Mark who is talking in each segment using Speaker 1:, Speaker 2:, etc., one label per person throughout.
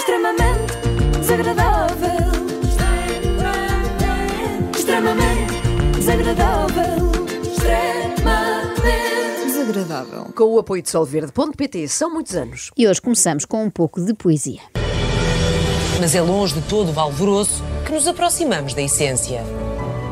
Speaker 1: extremamente desagradável. Extremamente desagradável. Extremamente desagradável.
Speaker 2: Com o apoio de Solverde.pt, são muitos anos.
Speaker 3: E hoje começamos com um pouco de poesia.
Speaker 4: Mas é longe de todo o alvoroço que nos aproximamos da essência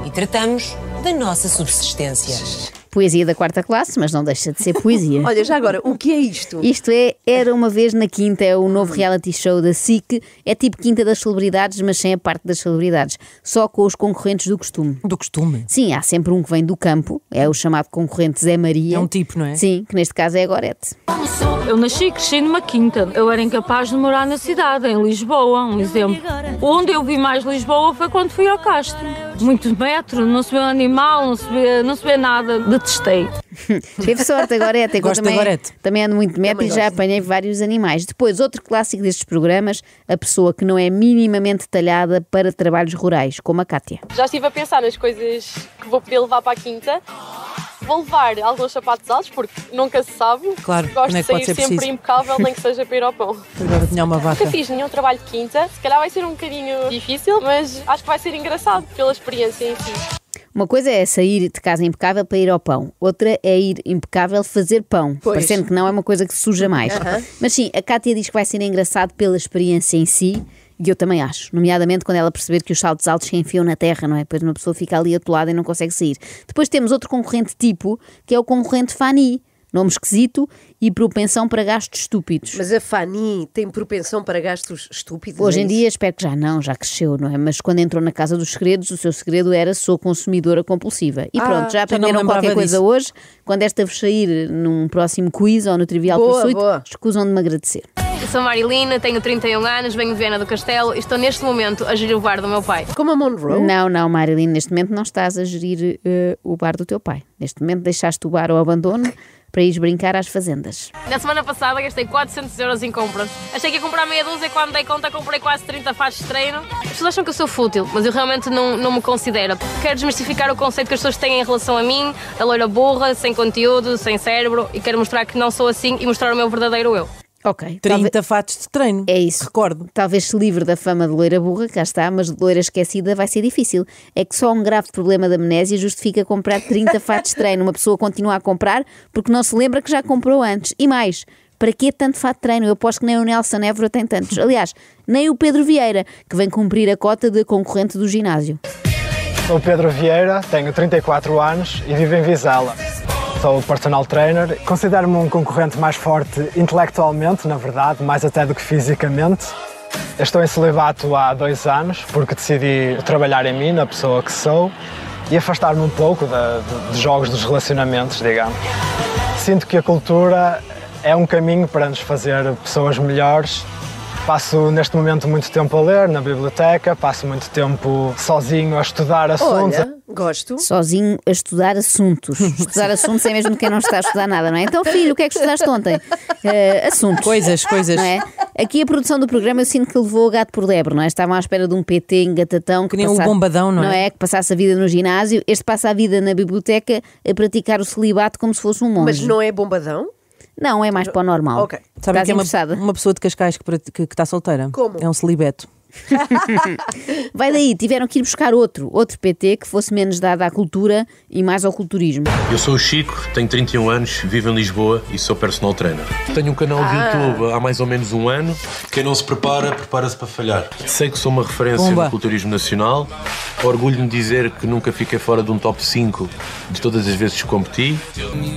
Speaker 4: e tratamos da nossa subsistência.
Speaker 3: Poesia da quarta classe, mas não deixa de ser poesia.
Speaker 2: Olha, já agora, o que é isto?
Speaker 3: Isto é Era Uma Vez na Quinta, é o novo reality show da SIC. É tipo Quinta das Celebridades, mas sem a parte das celebridades. Só com os concorrentes do costume.
Speaker 5: Do costume.
Speaker 3: Sim, há sempre um que vem do campo, é o chamado concorrente Zé Maria.
Speaker 5: É um tipo, não é?
Speaker 3: Sim, que neste caso é a Gorete.
Speaker 6: Eu nasci e cresci numa quinta. Eu era incapaz de morar na cidade, em Lisboa, um exemplo. Onde eu vi mais Lisboa foi quando fui ao Castro. Muito metro, não se vê um animal, não se vê, não se vê nada. Detestei.
Speaker 3: Teve sorte a Gorete. é que eu
Speaker 5: Gosto da
Speaker 3: também,
Speaker 5: Gorete.
Speaker 3: também ando muito de meta e já apanhei vários animais. Depois, outro clássico destes programas, a pessoa que não é minimamente talhada para trabalhos rurais, como a Cátia.
Speaker 7: Já estive a pensar nas coisas que vou poder levar para a quinta. Vou levar alguns sapatos altos, porque nunca se sabe.
Speaker 5: Claro,
Speaker 7: Gosto
Speaker 5: não é
Speaker 7: de
Speaker 5: que
Speaker 7: sair
Speaker 5: pode ser
Speaker 7: sempre
Speaker 5: preciso.
Speaker 7: impecável, nem que seja para ir ao pão. Nunca
Speaker 5: Agora tinha uma vaca.
Speaker 7: fiz nenhum trabalho de quinta. Se calhar vai ser um bocadinho difícil, mas acho que vai ser engraçado pela experiência em si.
Speaker 3: Uma coisa é sair de casa impecável para ir ao pão, outra é ir impecável fazer pão,
Speaker 2: Pois.
Speaker 3: parecendo que não é uma coisa que suja mais. Mas sim, a Cátia diz que vai ser engraçado pela experiência em si. E eu também acho, nomeadamente quando ela perceber que os saltos altos se enfiam na terra, não é? Depois uma pessoa fica ali atolada e não consegue sair. Depois temos outro concorrente tipo, que é o concorrente Fani, nome esquisito e propensão para gastos estúpidos.
Speaker 2: Mas a Fanny tem propensão para gastos estúpidos.
Speaker 3: Hoje
Speaker 2: é
Speaker 3: em
Speaker 2: isso?
Speaker 3: dia, espero que já não, já cresceu, não é? Mas quando entrou na Casa dos Segredos, o seu segredo era sou consumidora compulsiva. E
Speaker 2: Ah,
Speaker 3: pronto, já
Speaker 5: já não me
Speaker 3: aprenderam
Speaker 5: lembrava
Speaker 3: qualquer coisa
Speaker 5: disso.
Speaker 3: hoje. Quando esta vos sair num próximo quiz ou no Trivial
Speaker 2: Boa,
Speaker 3: Pursuit,
Speaker 2: boa.
Speaker 3: escusam de me agradecer.
Speaker 8: Eu sou Marilina, tenho 31 anos, venho de Viana do Castelo e estou neste momento a gerir o bar do meu pai.
Speaker 2: Como a Monroe.
Speaker 3: Não, não, Marilyn, neste momento não estás a gerir eh, o bar do teu pai. Neste momento deixaste o bar ao abandono para ires brincar às fazendas.
Speaker 8: Na semana passada gastei 400 euros em compras. Achei que ia comprar meia dúzia e quando dei conta comprei quase 30 faixas de treino. As pessoas acham que eu sou fútil, mas eu realmente não, não me considero. Quero desmistificar o conceito que as pessoas têm em relação a mim, a loira burra, sem conteúdo, sem cérebro e quero mostrar que não sou assim e mostrar o meu verdadeiro eu.
Speaker 3: Ok.
Speaker 5: 30
Speaker 3: talvez-
Speaker 5: fatos de treino.
Speaker 3: É isso.
Speaker 5: Recordo.
Speaker 3: Talvez se livre da fama de loira burra, cá está, mas de loira esquecida vai ser difícil. É que só um grave problema de amnésia justifica comprar 30 fatos de treino. Uma pessoa continua a comprar porque não se lembra que já comprou antes. E mais, para que tanto fato de treino? Eu aposto que nem o Nelson Évora tem tantos. Aliás, nem o Pedro Vieira, que vem cumprir a cota de concorrente do ginásio.
Speaker 9: Sou Pedro Vieira, tenho 34 anos e vivo em Vizela. Sou personal trainer. Considero-me um concorrente mais forte intelectualmente, na verdade, mais até do que fisicamente. Eu Estou em celibato há dois anos porque decidi trabalhar em mim, na pessoa que sou, e afastar-me um pouco da- de- dos jogos dos relacionamentos, digamos. Sinto que a cultura é um caminho para nos fazer pessoas melhores. Passo neste momento muito tempo a ler na biblioteca, passo muito tempo sozinho a estudar assuntos,
Speaker 2: Olha, gosto.
Speaker 3: Sozinho a estudar assuntos. Estudar assuntos é mesmo quem não está a estudar nada, não é? Então, filho, o que é que estudaste ontem? Eh, assuntos.
Speaker 5: Coisas, coisas.
Speaker 3: não é? Aqui a produção do programa eu sinto que levou o gato por lebre, não é? Estavam à espera de um PT engatatão que,
Speaker 5: Que nem o
Speaker 3: passasse-
Speaker 5: bombadão, não é?
Speaker 3: Que passasse a vida no ginásio, este passa a vida na biblioteca a praticar o celibato como se fosse um
Speaker 2: Mas
Speaker 3: monge.
Speaker 2: não é bombadão?
Speaker 3: Não, é mais para o normal.
Speaker 2: Ok.
Speaker 5: Sabem
Speaker 3: Estás
Speaker 5: que é
Speaker 3: interessada?
Speaker 5: uma, uma pessoa de Cascais que está que, que está solteira?
Speaker 2: Como?
Speaker 5: É um celibeto.
Speaker 3: Vai daí, tiveram que ir buscar outro, outro PT que fosse menos dado à cultura e mais ao culturismo.
Speaker 10: Eu sou o Chico, tenho 31 anos, vivo em Lisboa e sou personal trainer. Tenho um canal de YouTube há mais ou menos um ano. Quem não se prepara, prepara-se para falhar. Sei que sou uma referência
Speaker 5: Pumba.
Speaker 10: no culturismo nacional. Orgulho-me de dizer que nunca fiquei fora de um top 5 de todas as vezes que competi.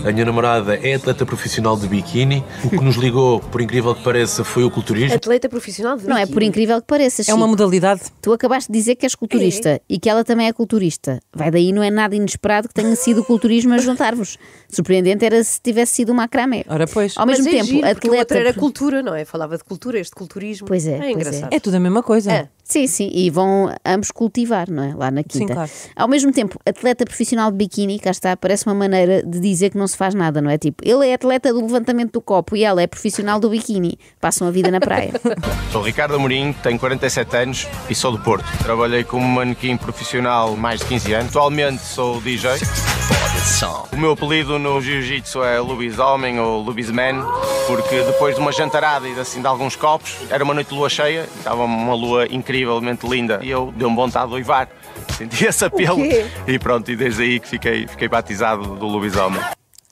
Speaker 10: A minha namorada é atleta profissional de biquíni. O que nos ligou, por incrível que pareça, foi o culturismo.
Speaker 2: Atleta profissional de
Speaker 3: Não é
Speaker 2: biquíni.
Speaker 3: por incrível que pareça,
Speaker 5: É uma
Speaker 3: Chico.
Speaker 5: modalidade.
Speaker 3: Tu acabaste de dizer que és culturista e que ela também é culturista. Vai daí, não é nada inesperado que tenha sido o culturismo a juntar-vos. Surpreendente era se tivesse sido uma macramé.
Speaker 5: Ora, pois.
Speaker 3: Ao
Speaker 2: Mas
Speaker 3: mesmo
Speaker 2: é
Speaker 3: um tempo,
Speaker 2: giro, porque o
Speaker 3: atleta.
Speaker 2: outro era cultura, não é? Falava de cultura, este culturismo.
Speaker 3: Pois é, pois é.
Speaker 2: É engraçado.
Speaker 5: É tudo a mesma coisa.
Speaker 2: É.
Speaker 3: Sim, sim, e vão ambos cultivar, não é? Lá na quinta.
Speaker 5: claro.
Speaker 3: Ao mesmo tempo, atleta profissional de biquíni, cá está, parece uma maneira de dizer que não se faz nada, não é? Tipo, ele é atleta do levantamento do copo e ela é profissional do biquíni. Passam a vida na praia.
Speaker 11: Sou Ricardo Amorim, tenho 47 anos e sou do Porto. Trabalhei como manequim profissional mais de 15 anos. Atualmente sou DJ.
Speaker 9: Som.
Speaker 10: O meu apelido no jiu-jitsu é lobisomem ou lobisman, porque depois de uma jantarada e assim de alguns copos, era uma noite de lua cheia, estava uma lua incrivelmente linda e eu deu-me vontade de uivar. Senti esse apelo
Speaker 3: quê?
Speaker 10: e pronto, e desde aí que fiquei, fiquei batizado do lobisomem.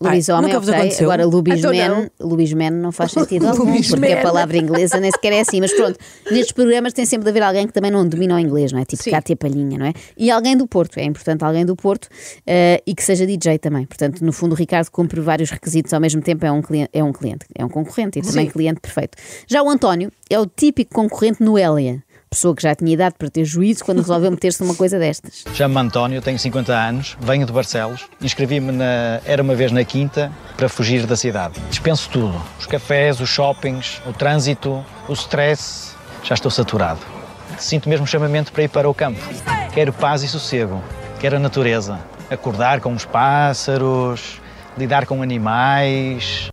Speaker 3: Lobisomem,
Speaker 10: nunca vos
Speaker 3: ok.
Speaker 10: aconteceu?
Speaker 3: Agora,
Speaker 10: Então
Speaker 3: lobisman, lobisman não faz sentido algum,
Speaker 10: Lobisman.
Speaker 3: porque a palavra inglesa nem sequer é assim. Mas pronto, nestes programas tem sempre de haver alguém que também não domina o inglês, não é? Tipo Cátia Palhinha, não é? E alguém do Porto, é importante alguém do Porto eh, e que seja DJ também. Portanto, no fundo, o Ricardo cumpre vários requisitos ao mesmo tempo, é um cliente, é um, cliente, é um concorrente e também
Speaker 12: Sim.
Speaker 3: cliente perfeito. Já o António é o típico concorrente no Hélia, pessoa que já tinha idade para ter juízo quando resolveu meter-se numa coisa destas.
Speaker 9: Chamo-me António, tenho 50 anos, venho de Barcelos, inscrevi-me na Era Uma Vez na Quinta para fugir da cidade. Dispenso tudo, os cafés, os shoppings, o trânsito, o stress, já estou saturado. Sinto mesmo um chamamento para ir para o campo. Quero paz e sossego, quero a natureza, acordar com os pássaros, lidar com animais,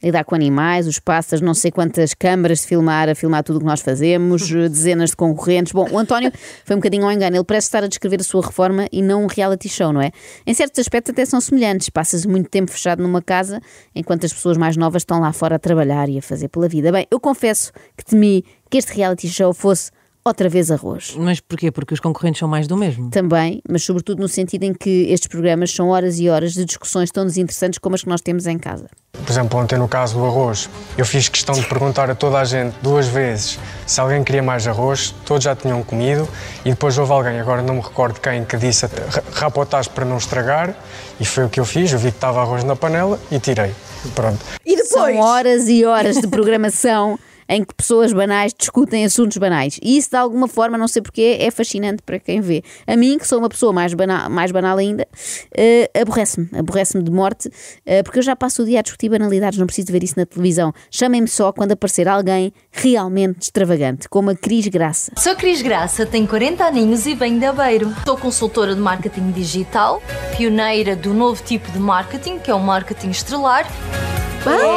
Speaker 3: lidar com animais, os pássaros, não sei quantas câmaras de filmar, a filmar tudo o que nós fazemos, eh, dezenas de concorrentes. Bom, o António foi um bocadinho ao engano, ele parece estar a descrever a sua reforma e não um reality show, não é? Em certos aspectos até são semelhantes, passas muito tempo fechado numa casa, enquanto as pessoas mais novas estão lá fora a trabalhar e a fazer pela vida. Bem, eu confesso que temi que este reality show fosse outra vez arroz.
Speaker 5: Mas porquê? Porque os concorrentes são mais do mesmo.
Speaker 3: Também, mas sobretudo no sentido em que estes programas são horas e horas de discussões tão desinteressantes como as que nós temos em casa.
Speaker 13: Por exemplo, ontem no caso do arroz, eu fiz questão de perguntar a toda a gente duas vezes se alguém queria mais arroz, todos já tinham comido e depois houve alguém, agora não me recordo quem, que disse até, "Ra- rapa o tacho para não estragar e foi o que eu fiz, eu vi que estava arroz na panela e tirei. Pronto.
Speaker 3: E depois? São horas e horas de programação em que pessoas banais discutem assuntos banais. E isso, de alguma forma, não sei porquê, é fascinante para quem vê. A mim, que sou uma pessoa mais banal, mais banal ainda, eh, aborrece-me. Aborrece-me de morte, eh, porque eu já passo o dia a discutir banalidades, não preciso de ver isso na televisão. Chamem-me só quando aparecer alguém realmente extravagante, como a Cris Graça.
Speaker 14: Sou Cris Graça, tenho 40 aninhos e venho de Aveiro. Sou consultora de marketing digital, pioneira do novo tipo de marketing, que é o marketing estrelar.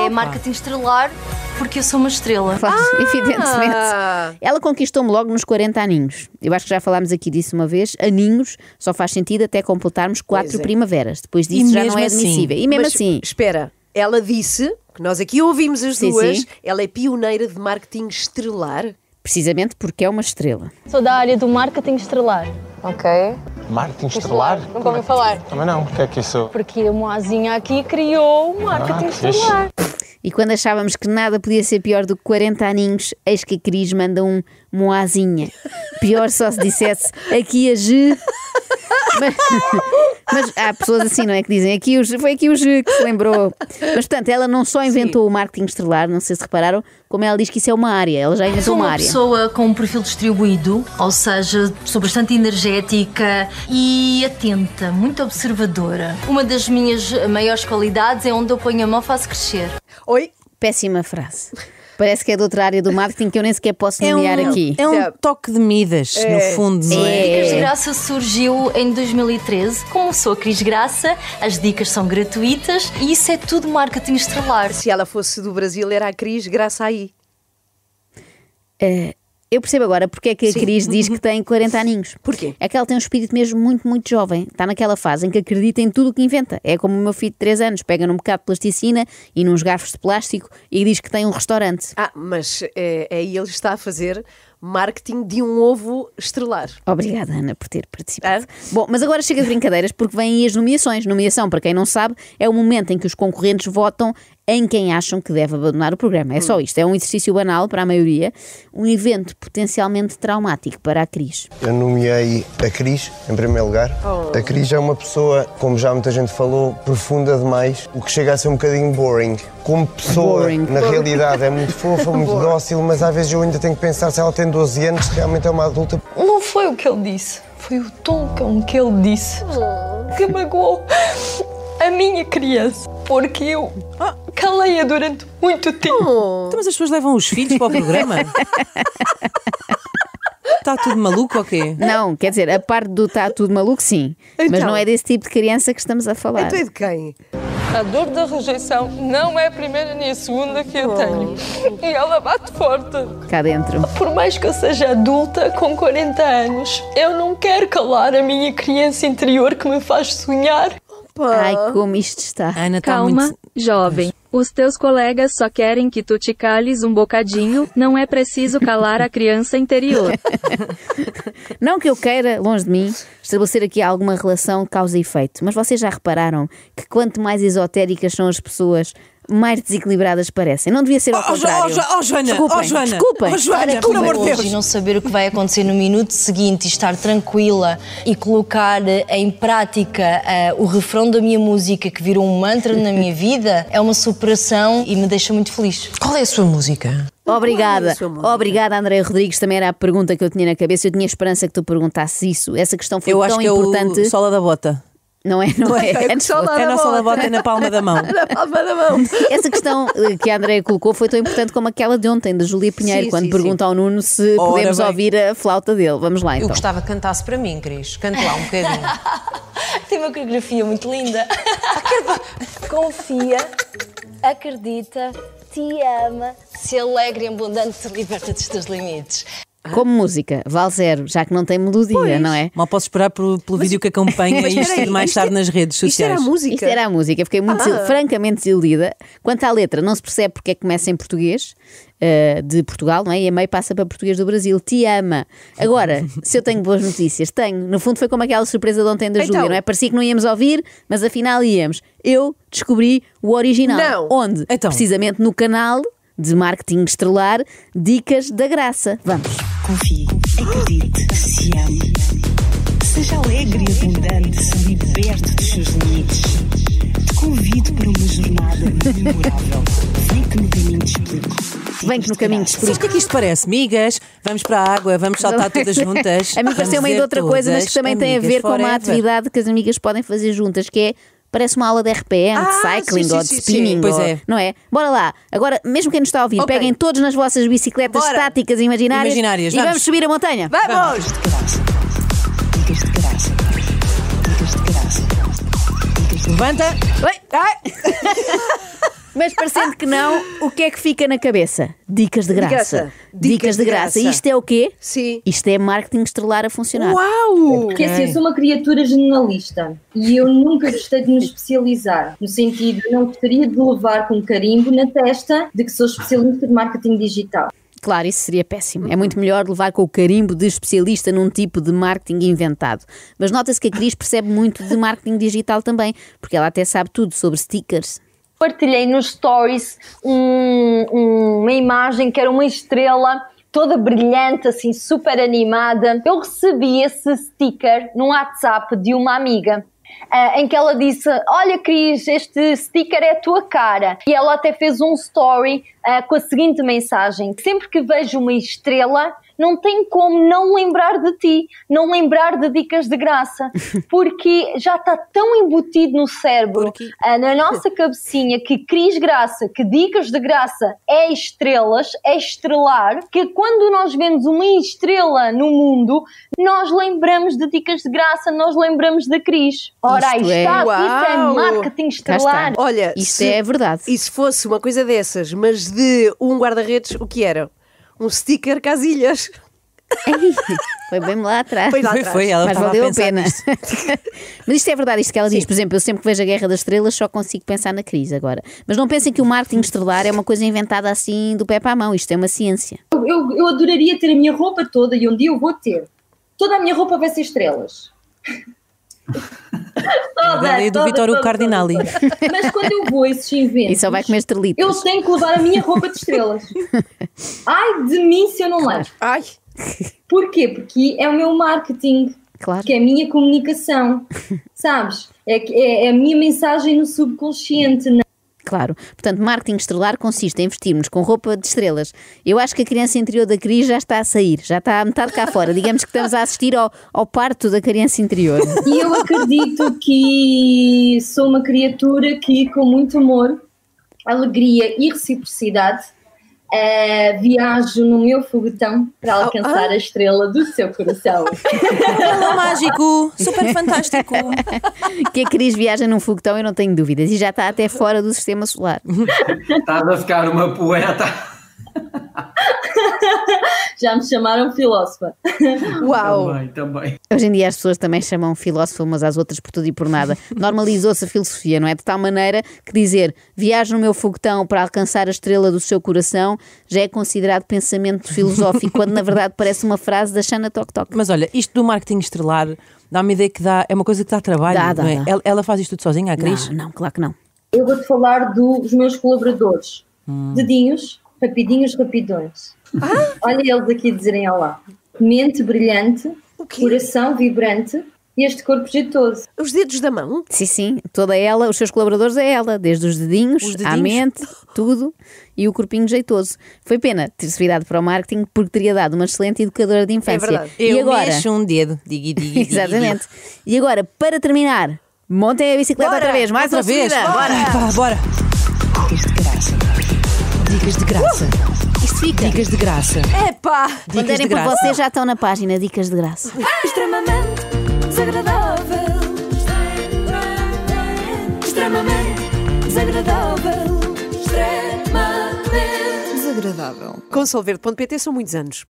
Speaker 14: É marketing estrelar porque eu sou uma estrela.
Speaker 3: Claro,
Speaker 2: Ah!
Speaker 3: evidentemente. Ela conquistou-me logo nos 40 aninhos. Eu acho que já falámos aqui disso uma vez. Aninhos só faz sentido até completarmos quatro
Speaker 2: é.
Speaker 3: primaveras. Depois
Speaker 2: E
Speaker 3: disso já não
Speaker 2: mesmo
Speaker 3: é admissível.
Speaker 2: assim-
Speaker 3: E mesmo
Speaker 2: Mas,
Speaker 3: assim.
Speaker 2: Espera, ela disse, que nós aqui ouvimos as
Speaker 3: Sim,
Speaker 2: duas,
Speaker 3: sim.
Speaker 2: ela é pioneira de marketing estrelar.
Speaker 3: Precisamente porque é uma estrela.
Speaker 15: Sou da área do marketing estrelar. Ok.
Speaker 10: Marketing estelar?
Speaker 15: Nunca ouvi falar.
Speaker 10: Também não, o que é que isso?
Speaker 15: Porque a Moazinha aqui criou o marketing
Speaker 10: Ah, fixe.
Speaker 15: estrelar.
Speaker 3: E quando achávamos que nada podia ser pior do que 40 aninhos, eis que a Cris manda um moazinha. Pior só se dissesse aqui a G. Mas, mas há pessoas assim, não é? Que dizem aqui o G, foi aqui o G que se lembrou. Mas portanto, ela não só inventou o marketing estrelar, não sei se repararam, como ela diz que isso é uma área. Ela já
Speaker 14: Sou
Speaker 3: inventou uma
Speaker 14: uma
Speaker 3: área.
Speaker 14: pessoa com um perfil distribuído, ou seja, sou bastante energética e atenta, muito observadora. Uma das minhas maiores qualidades é onde eu ponho a mão faço crescer.
Speaker 2: Oi?
Speaker 3: Péssima frase. Parece que é de outra área do marketing que eu nem sequer posso
Speaker 5: É um,
Speaker 3: nomear aqui.
Speaker 5: é um toque de Midas, no fundo, não é?
Speaker 14: Dicas de Graça surgiu em 2013. Como sou a Cris Graça, as dicas são gratuitas e isso é tudo marketing estrelar.
Speaker 2: Se ela fosse do Brasil, era a Cris, graça aí.
Speaker 3: Eh, eu percebo agora porque é que a
Speaker 2: Sim.
Speaker 3: Cris diz que tem 40 aninhos.
Speaker 2: Porquê?
Speaker 3: É que ela tem um espírito mesmo muito, muito jovem. Está naquela fase em que acredita em tudo o que inventa. É como o meu filho de 3 anos, pega num bocado de plasticina e nos garfos de plástico e diz que tem um restaurante.
Speaker 2: Ah, mas eh, aí ele está a fazer marketing de um ovo estrelar.
Speaker 3: Obrigada, Ana, por ter participado.
Speaker 2: Ah.
Speaker 3: Bom, mas agora chega de brincadeiras porque vêm aí as nomeações. Nomeação, para quem não sabe, é o momento em que os concorrentes votam em quem acham que deve abandonar o programa. É
Speaker 2: Hum.
Speaker 3: só isto. É um exercício banal para a maioria, um evento potencialmente traumático para a Cris.
Speaker 16: Eu nomeei a Cris, em primeiro lugar.
Speaker 2: Oh.
Speaker 16: A Cris é uma pessoa, como já muita gente falou, profunda demais, o que chega a ser um bocadinho boring. Como pessoa,
Speaker 17: Boring.
Speaker 16: na
Speaker 17: Boring.
Speaker 16: realidade, é muito fofa, muito
Speaker 17: Boring.
Speaker 16: dócil, mas às vezes eu ainda tenho que pensar se ela tem 12 anos, se realmente é uma adulta.
Speaker 15: Não foi o que ele disse, foi o tom com que ele disse que magoou a minha criança. Porque eu calei-a durante muito tempo.
Speaker 5: Então, mas as pessoas levam os filhos para o programa? Está tudo maluco ou quê?
Speaker 3: Não, quer dizer, a parte do está tudo maluco, sim. Mas
Speaker 5: Então.
Speaker 3: não é desse tipo de criança que estamos a falar.
Speaker 5: Então é
Speaker 2: de quem?
Speaker 15: A dor da rejeição não é a primeira nem a segunda que eu tenho. E ela bate forte.
Speaker 3: Cá dentro.
Speaker 15: Por mais que eu seja adulta, com 40 anos, eu não quero calar a minha criança interior que me faz sonhar
Speaker 5: Oh.
Speaker 3: Ai, como isto está.
Speaker 5: Ana
Speaker 18: Calma, jovem. Os teus colegas só querem que tu te cales um bocadinho, não é preciso calar a criança interior.
Speaker 3: Não que eu queira, longe de mim, estabelecer aqui alguma relação de causa e efeito, mas vocês já repararam que quanto mais esotéricas são as pessoas, mais desequilibradas parecem. Não devia ser ao
Speaker 5: Oh, Jo-
Speaker 3: contrário.
Speaker 5: oh, Jo- oh, Joana,
Speaker 3: desculpem,
Speaker 5: oh, Joana,
Speaker 3: desculpem.
Speaker 5: oh, Joana,
Speaker 3: Olha,
Speaker 19: por amor de
Speaker 3: desculpem.
Speaker 19: Deus. E é não saber o que vai acontecer no minuto seguinte e estar tranquila e colocar eh, em prática eh, o refrão da minha música que virou um mantra na minha vida é uma superação e me deixa muito feliz.
Speaker 4: Qual é a sua música?
Speaker 3: Obrigada, obrigada André Rodrigues. Também era a pergunta que eu tinha na cabeça. Eu tinha esperança que tu perguntasses isso. Essa questão foi
Speaker 5: Eu
Speaker 3: tão
Speaker 5: acho que é o
Speaker 3: importante.
Speaker 5: Sola da Bota.
Speaker 3: Não é, não é.
Speaker 5: É Sola É da na Sola da Bota. Bota e na palma da mão. Na
Speaker 2: palma da mão.
Speaker 3: Essa questão eh, que a Andréia colocou foi tão importante como aquela de ontem, da Julia Pinheiro,
Speaker 4: Sim,
Speaker 3: quando
Speaker 4: sim,
Speaker 3: pergunta ao Nuno se
Speaker 4: Ora
Speaker 3: podemos
Speaker 4: bem.
Speaker 3: ouvir a flauta dele. Vamos lá
Speaker 4: Eu
Speaker 3: então.
Speaker 4: gostava que cantasse para mim, Cris. Cante lá um bocadinho.
Speaker 19: Tem uma coreografia muito linda. Confia, acredita, te ama, se alegra e abundante, te liberta dos teus limites.
Speaker 3: Como música, vale zero, já que não tem melodia, não é?
Speaker 5: Mal posso esperar por- pelo vídeo que acompanha
Speaker 3: Mas
Speaker 5: isto
Speaker 3: espera aí,
Speaker 5: de mais
Speaker 3: isto
Speaker 5: tarde
Speaker 3: é-
Speaker 5: nas redes sociais.
Speaker 3: Isto era a música. Fiquei muito,
Speaker 5: Ah.
Speaker 3: desil- francamente desiludida. Quanto à letra, não se percebe porque é que começa em português eh, de Portugal, não é? E a meio passa para português do Brasil. Te ama. Agora, se eu tenho boas notícias, tenho. No fundo, foi como aquela surpresa de ontem da
Speaker 2: Então.
Speaker 3: Júlia, não é? Parecia que não íamos ouvir, mas afinal íamos. Eu descobri o original.
Speaker 2: Não.
Speaker 3: Onde? Precisamente no canal de marketing estrelar Dicas da Graça. Vamos.
Speaker 20: Confie, acredite, se ame. Seja alegre e abundante, se liberte dos seus limites. Te convido para uma jornada memorável. Vem que no caminho te explico.
Speaker 3: Vem que no caminho te
Speaker 5: Sabes o que é que isto parece? Migas, vamos para a água, vamos saltar Tá, todas juntas.
Speaker 3: a mim
Speaker 5: vamos
Speaker 3: pareceu-me
Speaker 5: ver
Speaker 3: ainda outra coisa, mas que
Speaker 5: todas
Speaker 3: também tem a
Speaker 5: amigas
Speaker 3: ver com uma
Speaker 5: forever.
Speaker 3: atividade que as amigas podem fazer juntas, que é. Parece uma aula de RPM, de cycling
Speaker 5: Ah, sim, sim,
Speaker 3: ou de
Speaker 5: sim, sim.
Speaker 3: spinning.
Speaker 5: Pois
Speaker 3: ou-
Speaker 5: é.
Speaker 3: Não é? Bora lá. Agora, mesmo quem nos está a ouvir, peguem todos nas vossas bicicletas
Speaker 20: Bora.
Speaker 3: estáticas imaginárias,
Speaker 20: Imaginárias,
Speaker 3: e
Speaker 20: vamos.
Speaker 3: vamos. subir a montanha.
Speaker 20: Dicas de graça. Dicas de graça. Dicas de graça.
Speaker 5: Levanta!
Speaker 3: Mas parecendo que não, o que é que fica na cabeça? Dicas de
Speaker 2: De
Speaker 3: graça.
Speaker 2: graça.
Speaker 3: Dicas, de graça.
Speaker 2: graça.
Speaker 3: Isto é o quê?
Speaker 2: Sim.
Speaker 3: Isto é marketing estrelar a funcionar.
Speaker 14: Uau! Porque assim, eu sou uma criatura generalista e eu nunca gostei de me especializar. No sentido, eu não gostaria de levar com carimbo na testa de que sou especialista de marketing digital.
Speaker 3: Claro, isso seria péssimo. É
Speaker 2: Uhum.
Speaker 3: muito melhor levar com o carimbo de especialista num tipo de marketing inventado. Mas nota-se que a Cris percebe muito de marketing digital também, porque ela até sabe tudo sobre stickers.
Speaker 14: Partilhei nos stories um- um- uma imagem que era uma estrela toda brilhante, assim, super animada. Eu recebi esse sticker no WhatsApp de uma amiga. ah, em que ela disse: Olha, Cris, este sticker é a tua cara. E ela até fez um story ah, com a seguinte mensagem: Sempre que vejo uma estrela, não tem como não lembrar de ti, não lembrar de dicas de graça, porque já está tão embutido no cérebro, ah, na nossa cabecinha, que Cris Graça, que dicas de graça é estrelas, é estrelar, que quando nós vemos uma estrela no mundo, nós lembramos de dicas de graça, nós lembramos da Cris. Ora, aí
Speaker 2: Isto
Speaker 14: está, isso é
Speaker 2: Uau!
Speaker 14: marketing
Speaker 2: Cá está.
Speaker 14: estrelar.
Speaker 2: Olha, Eh, se-
Speaker 3: é
Speaker 2: E se fosse uma coisa dessas, mas de um guarda-redes, o que era? Um sticker casilhas.
Speaker 3: Foi bem lá atrás.
Speaker 2: Foi lá atrás.
Speaker 3: Mas valeu a pena. Mas isto é verdade, isto que ela diz. Por exemplo, eu sempre que vejo a Guerra das Estrelas só consigo pensar na Cris agora. Mas não pensem que o marketing estrelar é uma coisa inventada assim do pé para a mão. Isto é uma ciência.
Speaker 14: Eu, eu- eu adoraria ter a minha roupa toda e um dia eu vou ter. Toda a minha roupa vai ser estrelas. toda,
Speaker 5: Dali é do
Speaker 14: toda,
Speaker 5: Vittorio
Speaker 14: toda,
Speaker 5: Cardinali.
Speaker 14: toda. Mas quando eu vou a esses
Speaker 2: É,
Speaker 3: E
Speaker 14: eventos,
Speaker 3: só vai comer estrelitas.
Speaker 14: eu tenho que levar a minha roupa de estrelas. Ai de mim se eu não levo.
Speaker 2: Ai.
Speaker 14: Porquê? Porque é o meu marketing,
Speaker 3: claro.
Speaker 14: que é a minha comunicação, sabes? É, que- é, é a minha mensagem no subconsciente. é? na-
Speaker 3: Claro. Portanto, marketing estrelar consiste em vestirmos com roupa de estrelas. Eu acho que a criança interior da Cris já está a sair, já está a metade cá fora. Digamos que estamos a assistir ao, ao parto da criança interior.
Speaker 14: E eu acredito que sou uma criatura que, com muito amor, alegria e reciprocidade, eh, viajo no meu foguetão para alcançar a estrela do seu coração.
Speaker 5: Olá, mágico! Super fantástico!
Speaker 3: Que a Cris viaja num foguetão, eu não tenho dúvidas. E já está até fora do sistema solar.
Speaker 21: Estás a ficar uma poeta.
Speaker 14: Já me chamaram filósofa.
Speaker 2: Uau!
Speaker 14: Também,
Speaker 3: Hoje em dia as pessoas também chamam filósofo umas às outras por tudo e por nada. Normalizou-se a filosofia, não é? De tal maneira que dizer viajo no meu foguetão para alcançar a estrela do seu coração já é considerado pensamento filosófico, quando na verdade parece uma frase da Shana Tok Tok.
Speaker 5: Mas olha, isto do marketing estrelar dá-me a ideia que dá, é uma coisa que dá trabalho,
Speaker 3: Dá, dá,
Speaker 5: não é?
Speaker 3: dá.
Speaker 5: Ela, ela faz isto tudo sozinha, a Cris?
Speaker 3: Não, não, claro que não.
Speaker 14: Eu vou-te falar dos meus colaboradores. Dedinhos, rapidinhos, rapidões. Olha eles aqui dizerem olá. Mente brilhante, coração vibrante e este corpo jeitoso.
Speaker 2: Os dedos da mão?
Speaker 3: Sim, sim, toda ela, os seus colaboradores é ela, desde os dedinhos,
Speaker 2: Os
Speaker 3: à
Speaker 2: dedinhos.
Speaker 3: mente, tudo, e o corpinho jeitoso. Foi pena ter-se virado para o marketing porque teria dado uma excelente educadora de
Speaker 2: É
Speaker 3: infância.
Speaker 5: Eu
Speaker 3: e agora?
Speaker 5: mexo um dedo. Digui, digui, digui,
Speaker 3: Exatamente. E agora, para terminar, montem a bicicleta outra vez, mais
Speaker 5: outra
Speaker 3: uma
Speaker 5: vez.
Speaker 3: subida.
Speaker 5: Bora, bora.
Speaker 22: Dicas de graça. Dicas de graça. Isto fica. Dicas de graça.
Speaker 2: Epá!
Speaker 3: Quando derem por vocês já estão na página Dicas de Graça.
Speaker 23: Extremamente desagradável. Extremamente desagradável. Extremamente desagradável.
Speaker 2: Com Solverde.pt são muitos anos.